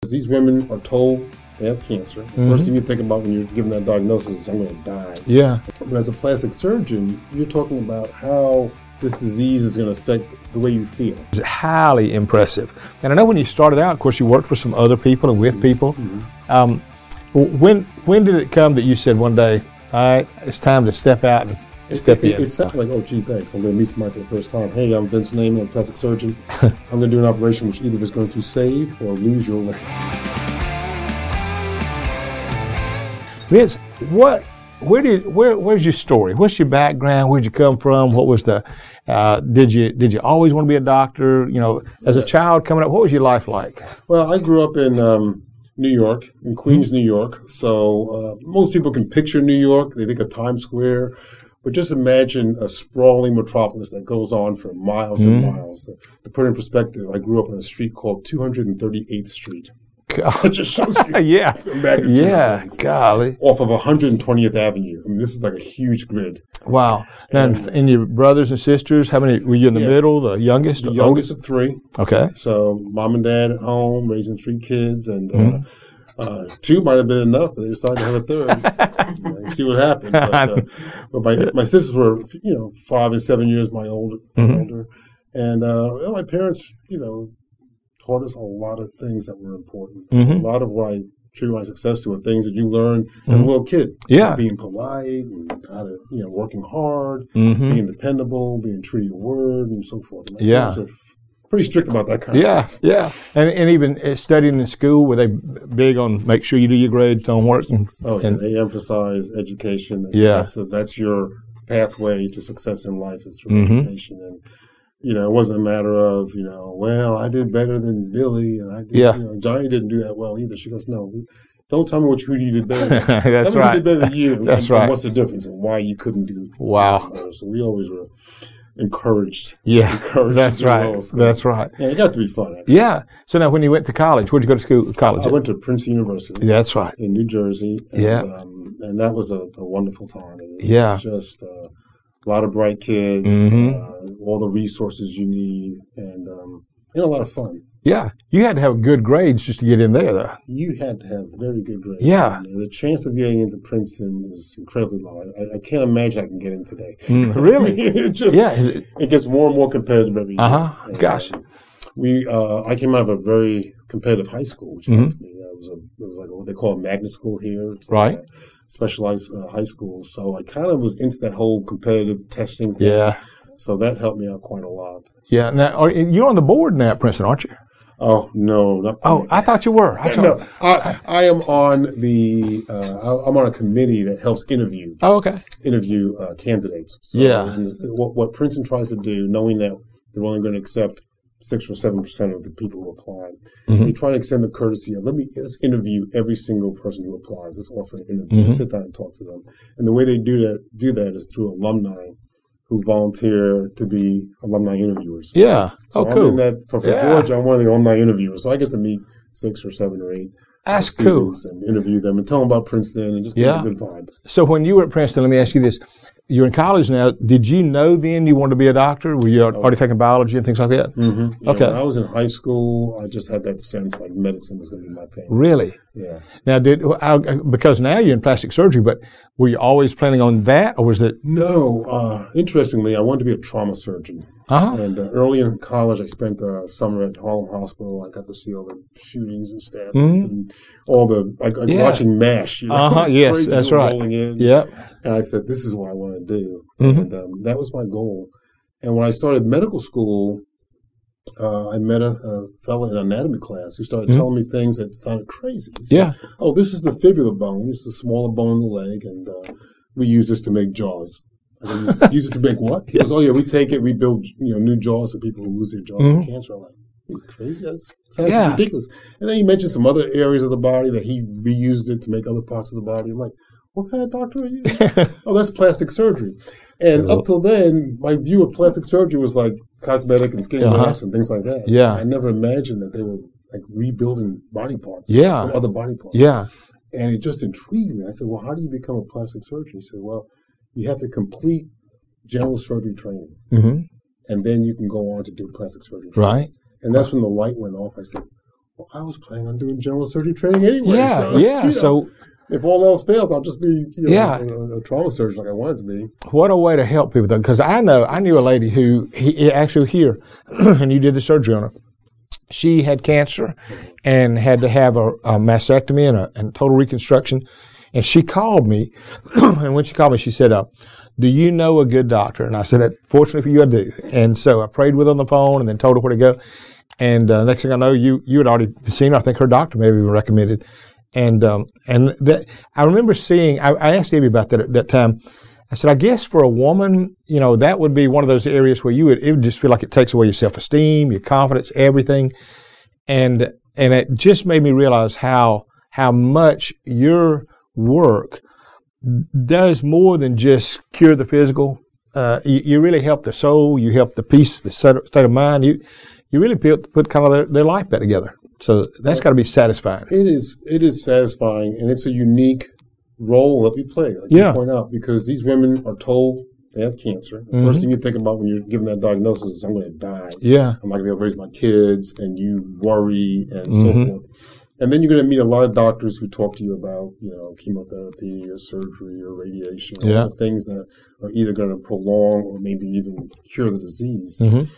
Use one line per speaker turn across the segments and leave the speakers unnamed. because these women are told they have cancer. The
Mm-hmm.
first thing you think about when you're given that diagnosis is I'm going to die.
Yeah.
But as a plastic surgeon, you're talking about how this disease is going to affect the way you feel.
It's highly impressive. And I know when you started out, of course, you worked for some other people and with people.
Mm-hmm.
Um, w- when when did it come that you said one day, all right, it's time to step out and step
it, it,
in?
it sounds like, oh, gee, thanks. I'm going to meet somebody for the first time. Hey, I'm Vince Naaman. I'm a plastic surgeon. I'm going to do an operation which either is going to save or lose your leg.
Vince, what, where did, where, where's your story? What's your background? Where'd you come from? What was the, uh, did you, did you always want to be a doctor? You know, as a child coming up, what was your life like?
Well, I grew up in um, New York, in Queens, New York. So uh, most people can picture New York. They think of Times Square. But just imagine a sprawling metropolis that goes on for miles and miles. To, to put it in perspective, I grew up on a street called 238th Street. It just shows you
yeah.
the magnitude of
Yeah.
things.
Golly.
Off of 120th Avenue. I mean, this is like a huge grid.
Wow. And, and your brothers and sisters, how many, were you in the
Yeah.
middle, the youngest?
The youngest of three.
Okay.
So mom and dad at home raising three kids, and
Mm-hmm.
uh, uh, two might have been enough, but they decided to have a third. You know, you see what happened. But, uh, but my my sisters were you know five and seven years my older
Mm-hmm.
older, and uh, well, my parents you know taught us a lot of things that were important.
Mhm.
A lot of what I attribute my success to are things that you learn as a little kid.
Mm-hmm. Yeah.
being polite and how to you know working hard
Mm-hmm.
being dependable, being true to your word, and so forth. My
Yeah.
parents are pretty strict about that kind of
Yeah,
stuff.
yeah, and and even uh, studying in school, were they b- big on make sure you do your grades, homework, and
Oh, yeah.
and-
They emphasize education. That's,
Yeah.
That's, that's your pathway to success in life is through
Mhm.
education. And, you know, it wasn't a matter of, you know, well, I did better than Billy, and I did,
Yeah.
you know, Johnny didn't do that well either. She goes, no, don't tell me what you, who you did better than.
that's
Tell me who did
right.
better than you.
That's
and- and
right.
What's the difference and why you couldn't do
Wow.
better. So we always were encouraged.
Yeah,
Encouraged
that's
to do
right.
well, so-
That's right.
Yeah, it got to be fun. actually.
Yeah. So now, when you went to college, where'd you go to school? College.
I went to Princeton University.
yeah, that's right.
in New Jersey. And,
Yeah.
um, and that was a, a wonderful time. It was
Yeah.
just uh, a lot of bright kids,
Mhm.
uh, all the resources you need, and um, and a lot of fun.
Yeah, you had to have good grades just to get in there, though.
You had to have very good grades.
Yeah.
And the chance of getting into Princeton is incredibly low. I, I can't imagine I can get in today.
Mm, really?
it just
Yeah. is it-
it gets more and more competitive every year.
Uh-huh.
And,
Gosh.
um, we uh, I came out of a very competitive high school, which
Mhm.
helped me. I was a it was like what they call a magnet school here, It's like
Right.
a specialized uh, high school. So I kind of was into that whole competitive testing. thing.
Yeah.
So that helped me out quite a lot.
Yeah. Now, are, you're on the board now at Princeton, aren't you?
Oh no, not
Oh,
quite.
I thought you were. I
no,
thought,
I, I am on the uh, I- I'm on a committee that helps interview
oh, okay.
interview uh, candidates. So,
Yeah.
and What, what Princeton tries to do, knowing that they're only going to accept six or seven percent of the people who apply,
Mm-hmm.
they try to extend the courtesy of let me let's interview every single person who applies. Let's offer an interview.
Mm-hmm.
Let's sit down and talk to them. And the way they do that do that is through alumni who volunteer to be alumni interviewers.
Yeah.
So
oh,
I'm in
cool.
that for, for
Yeah.
Georgia. I'm one of the alumni interviewers, so I get to meet six or seven or eight
That's cool.
students and interview them and tell them about Princeton and just get
Yeah.
a good vibe.
So when you were at Princeton, let me ask you this: You're in college now. Did you know then you wanted to be a doctor? Were
Oh.
you already taking biology and things like that?
Mm-hmm.
Okay.
when I was in high school, I just had that sense like medicine was going to be my thing.
Really?
Yeah.
Now, did I, because now you're in plastic surgery, but were you always planning on that, or was it?
No, uh, interestingly, I wanted to be a trauma surgeon.
Uh-huh.
And uh, early in college, I spent a summer at Harlem Hospital. I got to see all the shootings and stabbings and all the like, like
Mm-hmm. Yeah.
watching MASH. You know?
Uh-huh,
It was
yes,
crazy,
that's
people
right.
Rolling in.
Yeah.
And I said, this is what I want to do.
Mhm.
And um, that was my goal. And when I started medical school, uh, I met a, a fellow in anatomy class who started telling me things that sounded crazy. He said,
Mm-hmm. Yeah.
Oh, this is the fibula bone. It's the smaller bone in the leg, and uh, we use this to make jaws. I go, "You use it to make what? He goes, oh yeah, we take it, we build you know new jaws for people who lose their jaws
Mhm.
from cancer. I'm like, "You crazy? That's sounds
Yeah.
ridiculous. And then he mentioned some other areas of the body that he reused it to make other parts of the body. I'm like, what kind of doctor are you? oh, that's plastic surgery. And up till then, my view of plastic surgery was like cosmetic and skin
Uh-huh.
grafts and things like that.
Yeah.
I never imagined that they were like rebuilding body parts.
Yeah.
From other body parts.
Yeah.
And it just intrigued me. I said, Well, how do you become a plastic surgeon? He said, Well, you have to complete general surgery training
hmm
and then you can go on to do plastic surgery. training."
Right.
And that's when the light went off. I said, well, I was planning on doing general surgery training anyway.
yeah,
so,
yeah.
you know,
So
if all else fails, I'll just be you know,
Yeah.
a, a trauma surgeon like I wanted to be.
what a way to help people though, because I know I knew a lady who he, he actually here, and you did the surgery on her. She had cancer, and had to have a, a mastectomy and a and total reconstruction. And she called me, and when she called me, she said, uh, "Do you know a good doctor?" And I said, "Fortunately for you, I do." And so I prayed with her on the phone, and then told her where to go. And uh, next thing I know, you you had already seen her. I think her doctor maybe even recommended. And um, and that I remember seeing. I, I asked Debbie about that at that time. I said, I guess for a woman, you know, that would be one of those areas where you would it would just feel like it takes away your self esteem, your confidence, everything, and and it just made me realize how how much your work does more than just cure the physical. Uh, you, you really help the soul. You help the peace, the set- state of mind. You you really put, put kind of their, their life back together. So that's got to be satisfying.
It is it is satisfying, and it's a unique role that we play. Like
Yeah.
you point out because these women are told they have cancer. The
Mm-hmm.
first thing you think about when you're given that diagnosis is I'm going to die.
Yeah,
I'm not going to be able to raise my kids, and you worry and so
Mm-hmm.
forth. And then you're going to meet a lot of doctors who talk to you about, you know, chemotherapy or surgery or radiation, or
Yeah.
things that are either going to prolong or maybe even cure the disease.
Mhm.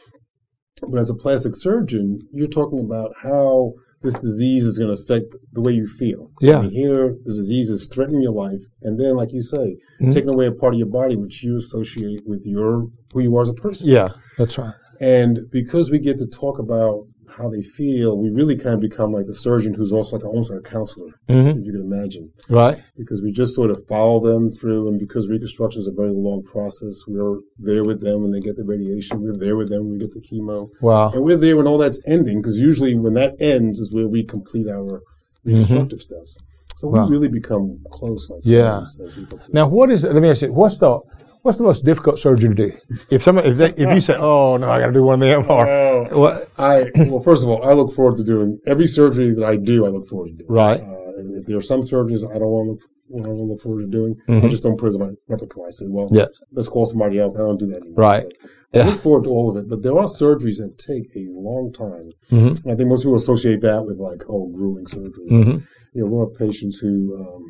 But as a plastic surgeon, you're talking about how this disease is going to affect the way you feel.
Yeah.
I mean, here, the disease is threatening your life, and then, like you say, taking away a part of your body which you associate with your who you are as a person.
yeah, that's right.
And because we get to talk about how they feel, we really kind of become like the surgeon who's also like almost like a counselor,
Mhm.
if you can imagine,
Right.
because we just sort of follow them through. And because reconstruction is a very long process, we're there with them when they get the radiation, we're there with them when we get the chemo,
Wow.
and we're there when all that's ending. Because usually when that ends is where we complete our reconstructive steps. So
Mm-hmm. Wow.
we really become close, like
Yeah.
friends as we go through.
Now, what is? Let me ask you. What's the what's the most difficult surgery to do? If someone, if, they, if you say, "Oh no, I got to do one of them," or
Oh.
what?
I well, first of all, I look forward to doing every surgery that I do. I look forward to doing.
Right.
Uh, and if there are some surgeries I don't want to look, what I don't look forward to doing, I just don't put it in my repertoire. I say, well,
Mm-hmm. Yeah.
let's call somebody else. I don't do that anymore.
Right.
But I
Yeah.
look forward to all of it, but there are surgeries that take a long time. And I think most people associate that with like, oh, grueling surgery.
Mhm.
You know, we'll have patients who um,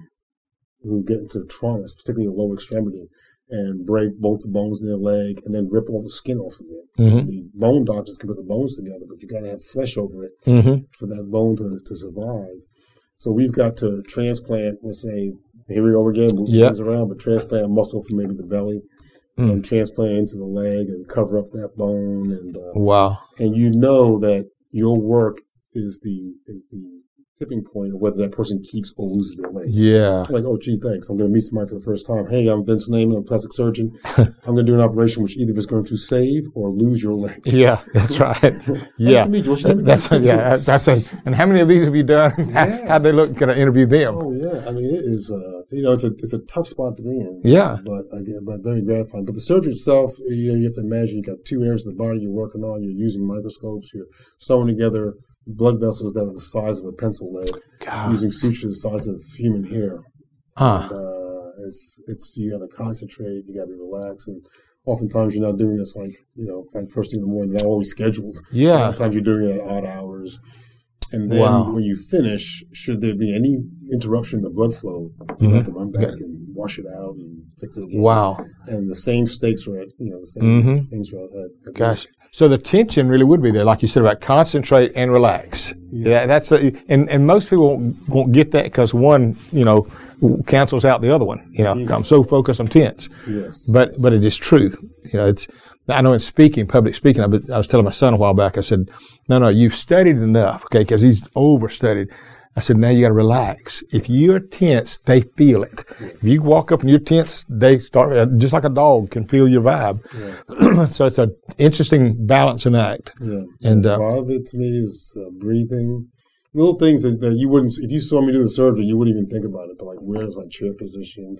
who get into traumas, particularly the lower extremity, and break both the bones in their leg and then rip all the skin off of it
Mhm.
the bone doctors can put the bones together, but you got to have flesh over it
Mhm.
for that bone to, to survive. So we've got to transplant, let's say, here we go again, moving
Yeah.
things around, but transplant muscle from maybe the belly and transplant it into the leg and cover up that bone. And uh,
Wow.
and you know that your work is the is the tipping point of whether that person keeps or loses their leg.
Yeah.
Like, oh, gee, thanks. I'm going to meet somebody for the first time. Hey, I'm Vince Naaman. I'm a plastic surgeon. I'm going to do an operation which either is going to save or lose your leg.
Yeah. That's right.
Nice
Yeah.
to meet you. What's your name
That's
again?
yeah. That's a, and how many of these have you done?
Yeah.
How'd they look? Can I interview them?
Oh yeah, I mean it is. Uh, you know, it's a it's a tough spot to be in.
Yeah.
but again, but very gratifying. But the surgery itself, you know, you have to imagine you got two areas of the body you're working on. You're using microscopes. You're sewing together blood vessels that are the size of a pencil lead,
God.
using sutures the size of human hair.
Huh.
Uh, it's it's you got to concentrate. You got to be relaxed and. Oftentimes you're not doing this like you know like first thing in the morning. They're always scheduled.
Yeah.
Sometimes you're doing it at odd hours. And then
Wow.
when you finish, should there be any interruption in the blood flow, you have to run back and wash it out and fix it again.
Mm-hmm. Wow. Mm-hmm.
And the same stakes are at, you know, the same things are at, at
Gosh.
risk.
So the tension really would be there, like you said about concentrate and relax. Yeah, that's a, and and most people won't, won't get that because one, you know, cancels out the other one. You know, I'm so focused, I'm tense.
Yes.
But but it is true. You know, it's I know in speaking, public speaking. I, was- I was telling my son a while back. I said, no, no, you've studied enough, okay? Because he's overstudied. I said, now you got to relax. If you're tense, they feel it. If you walk up and you're tense, they start uh, just like a dog can feel your vibe. so it's an interesting balancing act.
yeah.
And
a
uh,
lot of it to me is uh, breathing. Little things that, that you wouldn't, if you saw me do the surgery, you wouldn't even think about it. But like, where is my chair positioned?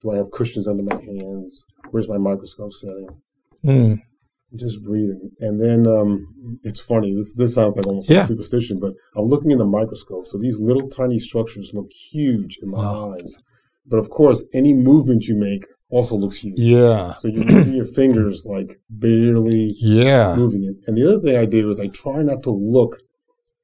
Do I have cushions under my hands? Where's my microscope setting?
mm,
just breathing. And then um, it's funny. This this sounds like almost
Yeah.
superstition, but I'm looking in the microscope. So these little tiny structures look huge in my eyes. But of course, any movement you make also looks huge.
yeah,
So you're moving your fingers like barely
yeah, Ah.
moving it. And the other thing I did was I try not to look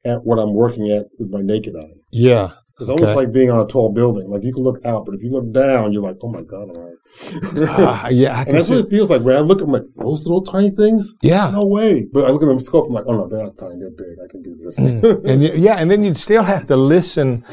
at what I'm working at with my naked eye.
Yeah.
It's almost like being on a tall building. Like you can look out, but if you look down, you're like, oh my god, all right.
Ah, yeah, I
and
can
that's
see.
what it feels like. When I look at my those little tiny things,
Yeah.
no way. But I look at them scope, I'm like, oh no, they're not tiny, they're big. I can do this.
and y- yeah, and then you'd still have to listen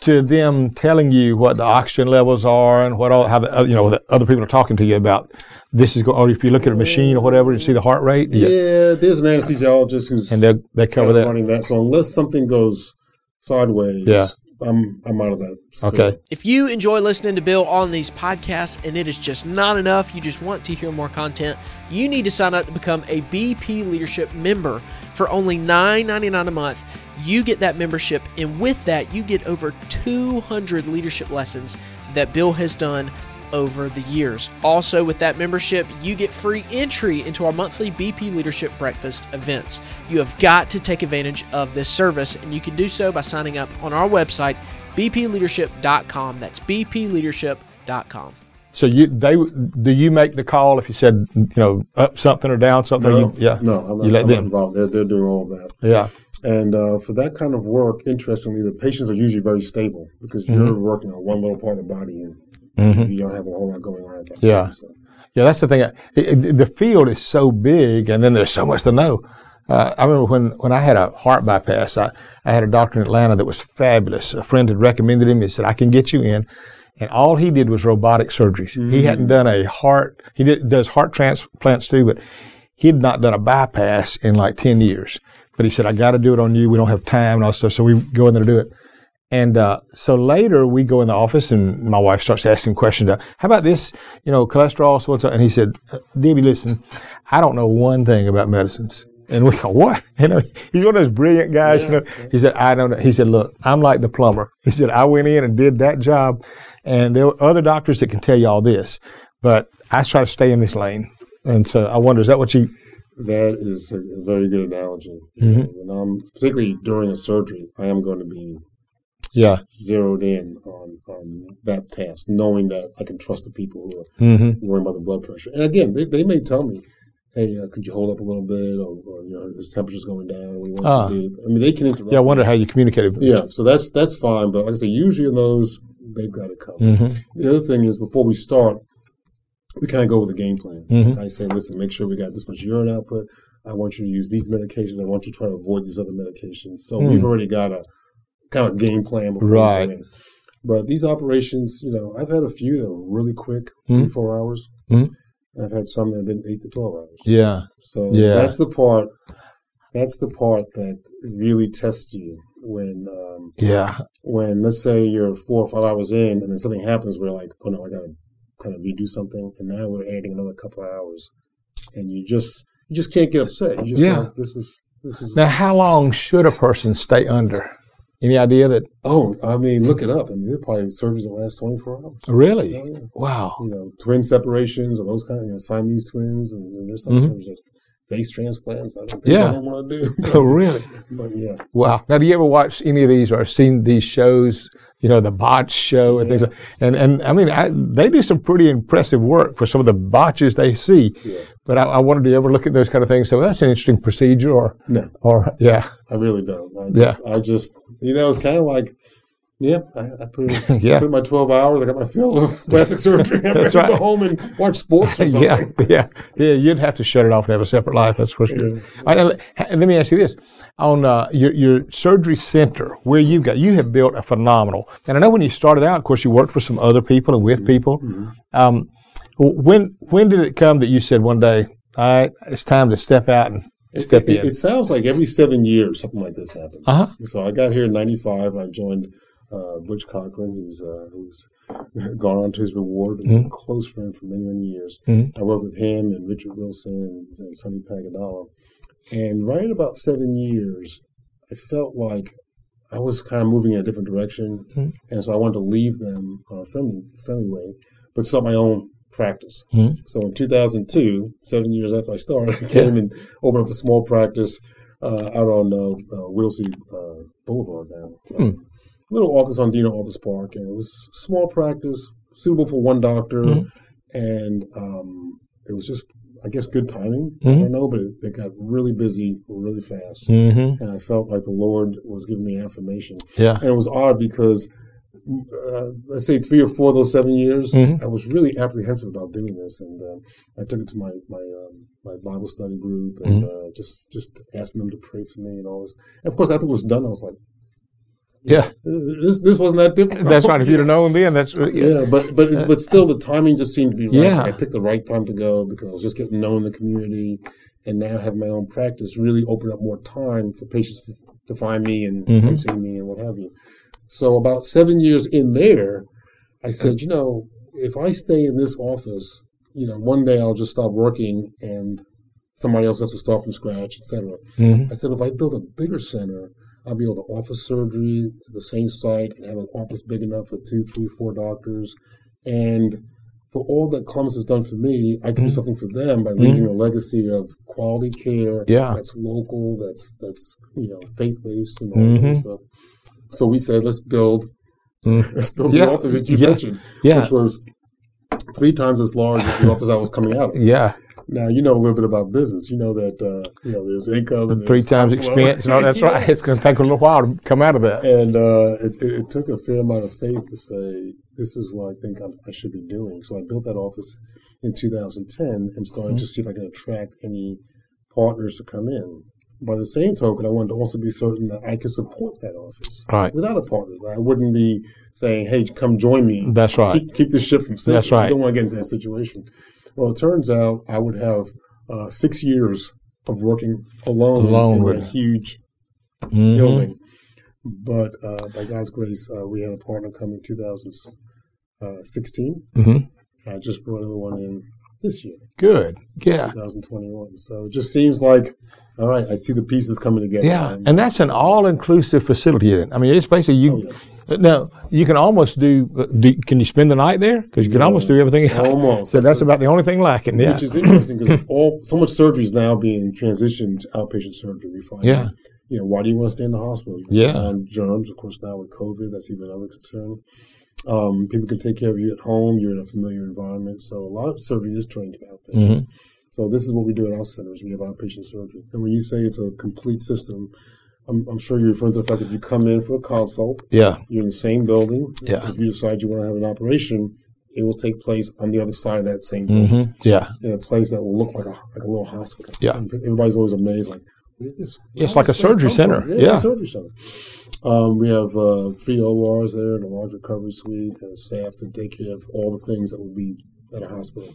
to them telling you what the oxygen levels are and what all how the, uh, you know the other people are talking to you about. This is going, or if you look at a machine or whatever, you see the heart rate.
yeah. there's an anesthesiologist who's
and they they
kind
cover
of
that.
running that. So unless something goes sideways,
Yeah.
I'm I'm out of that. sphere.
Okay,
If you enjoy listening to Bill on these podcasts and it is just not enough, you just want to hear more content, you need to sign up to become a BP Leadership member for only $9.99 a month. You get that membership, and with that, you get over 200 leadership lessons that Bill has done over the years. Also, with that membership, you get free entry into our monthly BP Leadership Breakfast events. You have got to take advantage of this service, and you can do so by signing up on our website, bpleadership.com. That's bpleadership.com.
so you they do you make the call if you said you know up something or down something?
No,
you, yeah,
no, I'm not,
you let
I'm not
them.
involved. They're, they're doing all of that.
Yeah,
And uh, for that kind of work, interestingly, the patients are usually very stable because
Mm-hmm.
you're working on one little part of the body and you don't have a whole lot going on at that
Yeah.
time. So.
yeah. That's the thing. It- it- the field is so big, and then there's so much to know. Uh, I remember when, when I had a heart bypass, I, I had a doctor in Atlanta that was fabulous. A friend had recommended him. He said, I can get you in. And all he did was robotic surgeries. He hadn't done a heart, he did, does heart transplants too, but he had not done a bypass in like 10 years. But he said, I got to do it on you. We don't have time and all that stuff. So we go in there to do it. And uh, so later we go in the office and my wife starts asking questions. uh, How about this? You know, cholesterol, so what's up? And he said, "Uh, Debbie, listen, I don't know one thing about medicines. And we go, what? You know, he's one of those brilliant guys. You know, he said, I don't know. He said, look, I'm like the plumber. He said, I went in and did that job. And there were other doctors that can tell you all this, but I try to stay in this lane. And so I wonder, is that what you,
That is a, a very good analogy. You
Mm-hmm.
know, When I'm particularly during a surgery, I am going to be
yeah.
zeroed in on, on that task, knowing that I can trust the people who are
Mm-hmm.
worrying about the blood pressure. And again, they, they may tell me, "Hey, uh, could you hold up a little bit?" Or, or you know, "His temperature's going down." What he wants
Ah.
to do. I mean, they can interrupt.
Yeah. I
me.
wonder how you communicated. with
Yeah, so that's that's fine. But like I say, usually in those, they've got to come.
Mm-hmm.
The other thing is before we start, we kind of go with a game plan.
Mhm.
I say, listen, make sure we got this much urine output. I want you to use these medications. I want you to try to avoid these other medications. So we've already got a kind of game plan before we go
Mm. Right.
in. But these operations, you know, I've had a few that were really quick, three,
Mhm.
four hours.
Mhm.
And I've had some that have been eight to twelve hours.
Yeah.
So
Yeah.
that's the part. That's the part that really tests you when um,
Yeah.
when let's say you're four or five hours in and then something happens where like oh no i gotta kind of redo something and now we're adding another couple of hours and you just you just can't get upset you just
Yeah.
go, this is this is
Now, how long should a person stay under? Any idea that
oh i mean look it up i mean they're probably surgeries that last 24 hours
really?
Oh, yeah.
Wow.
you know twin separations or those kind of you know, siamese twins and, and there's some
Mhm.
surgeries that face transplants i don't, things
Yeah.
I don't want to do
Oh, really?
but yeah
Wow. Now, do you ever watch any of these or seen these shows? You know, the botch show and things. Like, and and I mean, I, they do some pretty impressive work for some of the botches they see.
Yeah.
But I, I wondered, do you ever look at those kind of things? So that's an interesting procedure, or
No.
or yeah,
I really don't. I just, I just, you know, it's kind of like, yeah, I, I put in,
Yeah.
put in my twelve hours. I got my fill of plastic surgery. I'm ready
That's
to
right.
go home and watch sports or something.
yeah, yeah, yeah. You'd have to shut it off and have a separate life. That's for sure. All right, now, let- and let me ask you this: on uh, your, your surgery center, where you've got, you have built a phenomenal. And I know when you started out, of course, you worked for some other people and
Mm-hmm.
with people. Um, w- when when did it come that you said one day, all right, it's time to step out and step
It, it-
in?
it sounds like every seven years something like this happens.
Uh huh.
So I got here in '95 and I joined uh, Butch Cochran, who's uh, who's gone on to his reward. He's
Mm-hmm.
a close friend for many many years.
Mhm.
I worked with him and Richard Wilson and, and Sonny Pagadala. And right about seven years, I felt like I was kind of moving in a different direction,
Mhm.
and so I wanted to leave them on a friendly friendly way, but start my own practice.
Mhm.
So in 2002, seven years after I started, I came and opened up a small practice uh, out on uh, uh, Wilsey uh, Boulevard now.
Hmm.
Little office on Dino Office Park, and it was small practice, suitable for one doctor,
Mhm.
and um, it was just I guess good timing. I
Mhm.
don't know, but it, it got really busy really fast,
Mm-hmm.
and I felt like the Lord was giving me affirmation.
Yeah.
And it was odd because, uh, let's say three or four of those seven years,
Mhm.
I was really apprehensive about doing this, and um, I took it to my my um, my Bible study group and
Mm-hmm.
uh, just just asking them to pray for me and all this. And of course, after it was done, I was like,
Yeah.
this this wasn't that difficult.
That's right. If you'd have known then, that's
Yeah, Uh, but but it- but still, the timing just seemed to be right.
Yeah.
I picked the right time to go because I was just getting known in the community, and now have my own practice really opened up more time for patients to- to find me and come see me and what have you. So about seven years in there, I said, you know, if I stay in this office, you know, one day I'll just stop working and somebody else has to start from scratch, etc.
Mhm.
I said, if I build a bigger center, I'll be able to offer surgery at the same site and have an office big enough for two, three, four doctors. And for all that Columbus has done for me, I can
Mm-hmm.
do something for them by leaving a legacy of quality care
Yeah.
that's local, that's that's you know faith based and all this
Mm-hmm.
other stuff. So we said, let's build, let's build
Yeah.
the office that you
Yeah.
mentioned,
Mm-hmm. Yeah.
which was three times as large as the office I was coming out of.
Yeah.
Now you know a little bit about business. You know that uh, you know there's income and
Three
there's
times
outflow.
expense. No, that's right. It's going to take a little while to come out of that.
And uh, it, it, it took a fair amount of faith to say, this is what I think I'm, I should be doing. So I built that office in 2010 and started
Mm-hmm.
to see if I can attract any partners to come in. By the same token, I wanted to also be certain that I could support that office
Right.
without a partner. that I wouldn't be saying, hey, come join me.
That's right.
Keep, keep the ship from sinking.
That's right.
You don't want to get into that situation. Well, it turns out I would have uh, six years of working alone,
Alone
in
with
that
it.
huge
Mhm.
building. But uh, by God's grace, uh, we had a partner come in 2016.
Mhm.
I just brought another one in this year,
Good. Yeah.
2021. So it just seems like, all right, I see the pieces coming together.
Yeah.
Um,
And that's an all-inclusive facility. Isn't it? I mean, it's basically
Oh,
you. Now you can almost do, do. Can you spend the night there? Because you can almost do everything. else.
Almost.
So that's about the only thing lacking. Yeah.
Which is interesting because all so much surgery is now being transitioned to outpatient surgery. We find,
Yeah.
you know, why do you want to stay in the hospital? You can
Yeah.
find germs, of course. Now with COVID, that's even another concern. Um, people can take care of you at home. You're in a familiar environment, so a lot of surgery is turned to outpatient.
Mm-hmm.
So this is what we do at our centers. We have outpatient surgery, and when you say it's a complete system, I'm, I'm sure you're referring to the fact that you come in for a consult.
Yeah.
You're in the same building.
Yeah.
If you decide you want to have an operation, it will take place on the other side of that same building
hmm Yeah.
in a place that will look like a like a little hospital.
Yeah.
And everybody's always amazed, like, where did this?
Yeah, it's
how
like
does
a
this
surgery
come from?
center.
Yeah, it's
Yeah.
a surgery center. Um, we have uh, three ORs there and a large recovery suite and staff to take care of all the things that would be at a hospital.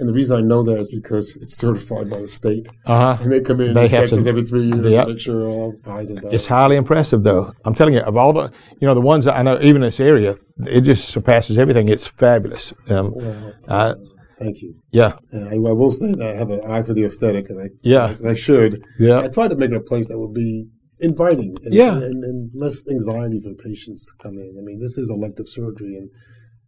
And the reason I know that is because it's certified by the state,
Uh huh.
and they come in and
They have
inspect
to-
us every three years
Yep.
to make sure all eyes are done.
It's highly impressive, though. I'm telling you, of all the, you know, the ones that I know, even this area, it just surpasses everything. It's fabulous. Um,
Well,
I-
thank you.
yeah,
And I, I will say that I have an eye for the aesthetic, as I
Yeah.
as I should.
Yeah.
I try to make it a place that would be inviting and,
Yeah.
and, and less anxiety for patients to come in. I mean, this is elective surgery, and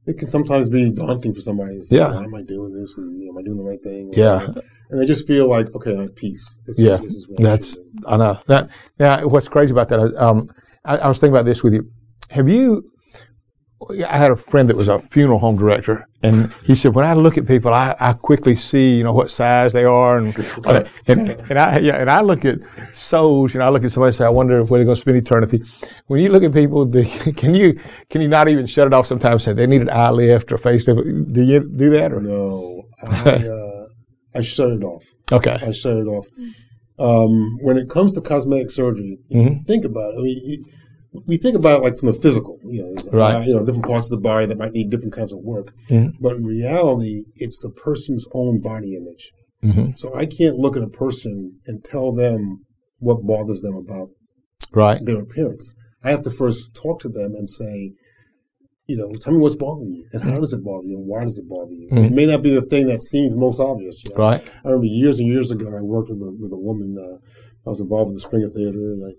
it can sometimes be daunting for somebody. To say,
Yeah.
why am I doing this? And you know, am I doing the right thing?
Yeah.
and they just feel like okay, I'm at peace. This
yeah.
is, this is what I
That's
should do.
I know that. Now, what's crazy about that? is, Um, I, I was thinking about this with you. Have you? I had a friend that was a funeral home director, and he said, "When I look at people, I, I quickly see, you know, what size they are, and and, and I yeah, and I look at souls, you know, I look at somebody and say, I wonder where they're going to spend eternity. When you look at people, the, can you can you not even shut it off sometimes? and Say they need an eye lift or face lift. Do you do that or
No, I uh, I shut it off.
Okay,
I shut it off. Um, when it comes to cosmetic surgery, if you think about it. I mean, you- we think about it like from the physical, you know, there's, uh,
Right.
you know, different parts of the body that might need different kinds of work. But in reality, it's the person's own body image.
Mm-hmm.
So I can't look at a person and tell them what bothers them about
right,
their appearance. I have to first talk to them and say, you know, tell me what's bothering you, and how does it bother you, and why does it bother you? It may not be the thing that seems most obvious. You know?
right,
I remember years and years ago, I worked with a, with a woman. Uh, I was involved in the Springer Theater, and I,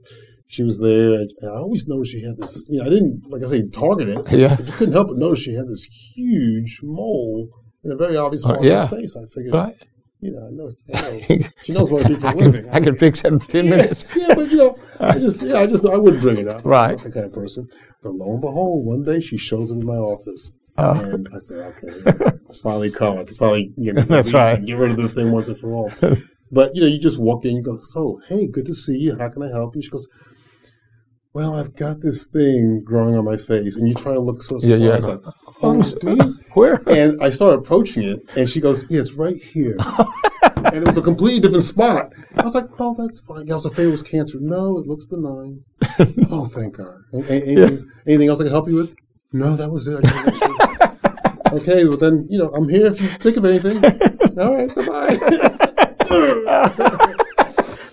she was there. And I always noticed she had this. You know, I didn't like I say target it.
Yeah.
but you couldn't help but notice she had this huge mole in a very obvious part
Uh, yeah.
of her face. I figured,
right.
you know, I noticed, you know, she knows what I do for a
I
living.
can, I can fix that in ten minutes.
yeah, but you know, I just, yeah, I just, I wouldn't bring it up. I'm
Right.
not that kind of person. But lo and behold, one day she shows up in my office,
Oh.
And I said, okay, finally come. I can finally you know,
That's
we can
right.
get rid of this thing once and for all. But you know, you just walk in, you go, so hey, good to see you. How can I help you? She goes, well, I've got this thing growing on my face, and you try to look sort of
Yeah, yeah.
surprised. Like, oh, do you?
Where?
And I started approaching it, and she goes, "Yeah, it's right here." and it was a completely different spot. I was like, "Oh, that's fine." I was afraid it was cancer. No, it looks benign. oh, thank God. A- a- anything, anything else I can help you with? No, that was it. I didn't actually- okay, well then, you know, I'm here if you think of anything. All right, bye.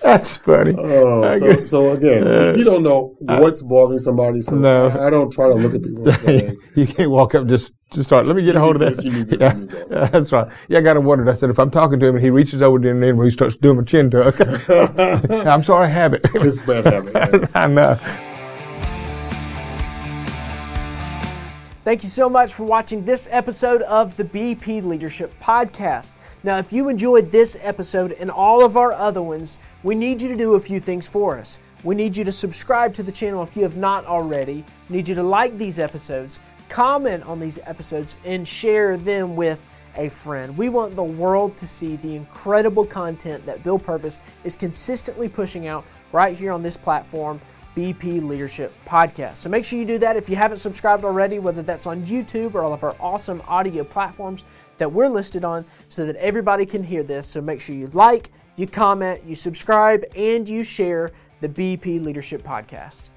That's funny.
oh, so, so again, you don't know what's bothering somebody. So
No.
I, I don't try to look at people. And say,
you can't walk up just just start. Let me get a hold of
need
that.
this, you need this,
yeah,
you need that.
yeah, that's right. Yeah, I got to wonder. I said if I'm talking to him and he reaches over to the end where he starts doing a chin tuck, I'm sorry, I have it.
this is a bad habit. right?
I know.
Thank you so much for watching this episode of the BP Leadership Podcast. Now, if you enjoyed this episode and all of our other ones, we need you to do a few things for us. We need you to subscribe to the channel if you have not already. We need you to like these episodes, comment on these episodes, and share them with a friend. We want the world to see the incredible content that Bill Purvis is consistently pushing out right here on this platform. BP Leadership Podcast. So make sure you do that if you haven't subscribed already, whether that's on YouTube or all of our awesome audio platforms that we're listed on, so that everybody can hear this. So make sure you like, you comment, you subscribe, and you share the BP Leadership Podcast.